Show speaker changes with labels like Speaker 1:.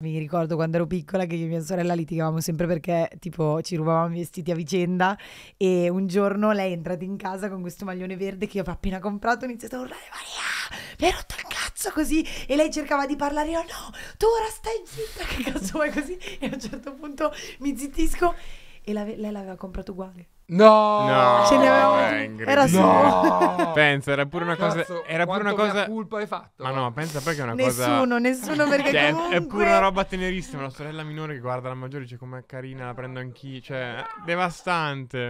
Speaker 1: Mi ricordo quando ero piccola che io e mia sorella litigavamo sempre perché tipo ci rubavamo i vestiti a vicenda e un giorno lei è entrata in casa con questo maglione verde che io avevo appena comprato e ho iniziato a urlare Maria, mi hai rotto il cazzo così e lei cercava di parlare io no, tu ora stai zitta che cazzo vuoi così e a un certo punto mi zittisco e l'ave- lei l'aveva comprato uguale.
Speaker 2: No,
Speaker 3: No,
Speaker 1: Oh. Ce ne avevamo
Speaker 3: è
Speaker 1: due.
Speaker 3: incredibile.
Speaker 1: Era solo-
Speaker 2: No!
Speaker 3: Pensa, era pure una cosa.
Speaker 2: Cazzo,
Speaker 3: era pure una
Speaker 2: quanto mea
Speaker 3: cosa.
Speaker 2: colpa hai fatto?
Speaker 3: Ma no, pensa perché è una cosa.
Speaker 1: Nessuno, nessuno perché
Speaker 3: Cioè,
Speaker 1: comunque
Speaker 3: è pure una roba tenerissima. La sorella minore che guarda la maggiore dice com'è carina, la prendo anch'io. Cioè, è devastante.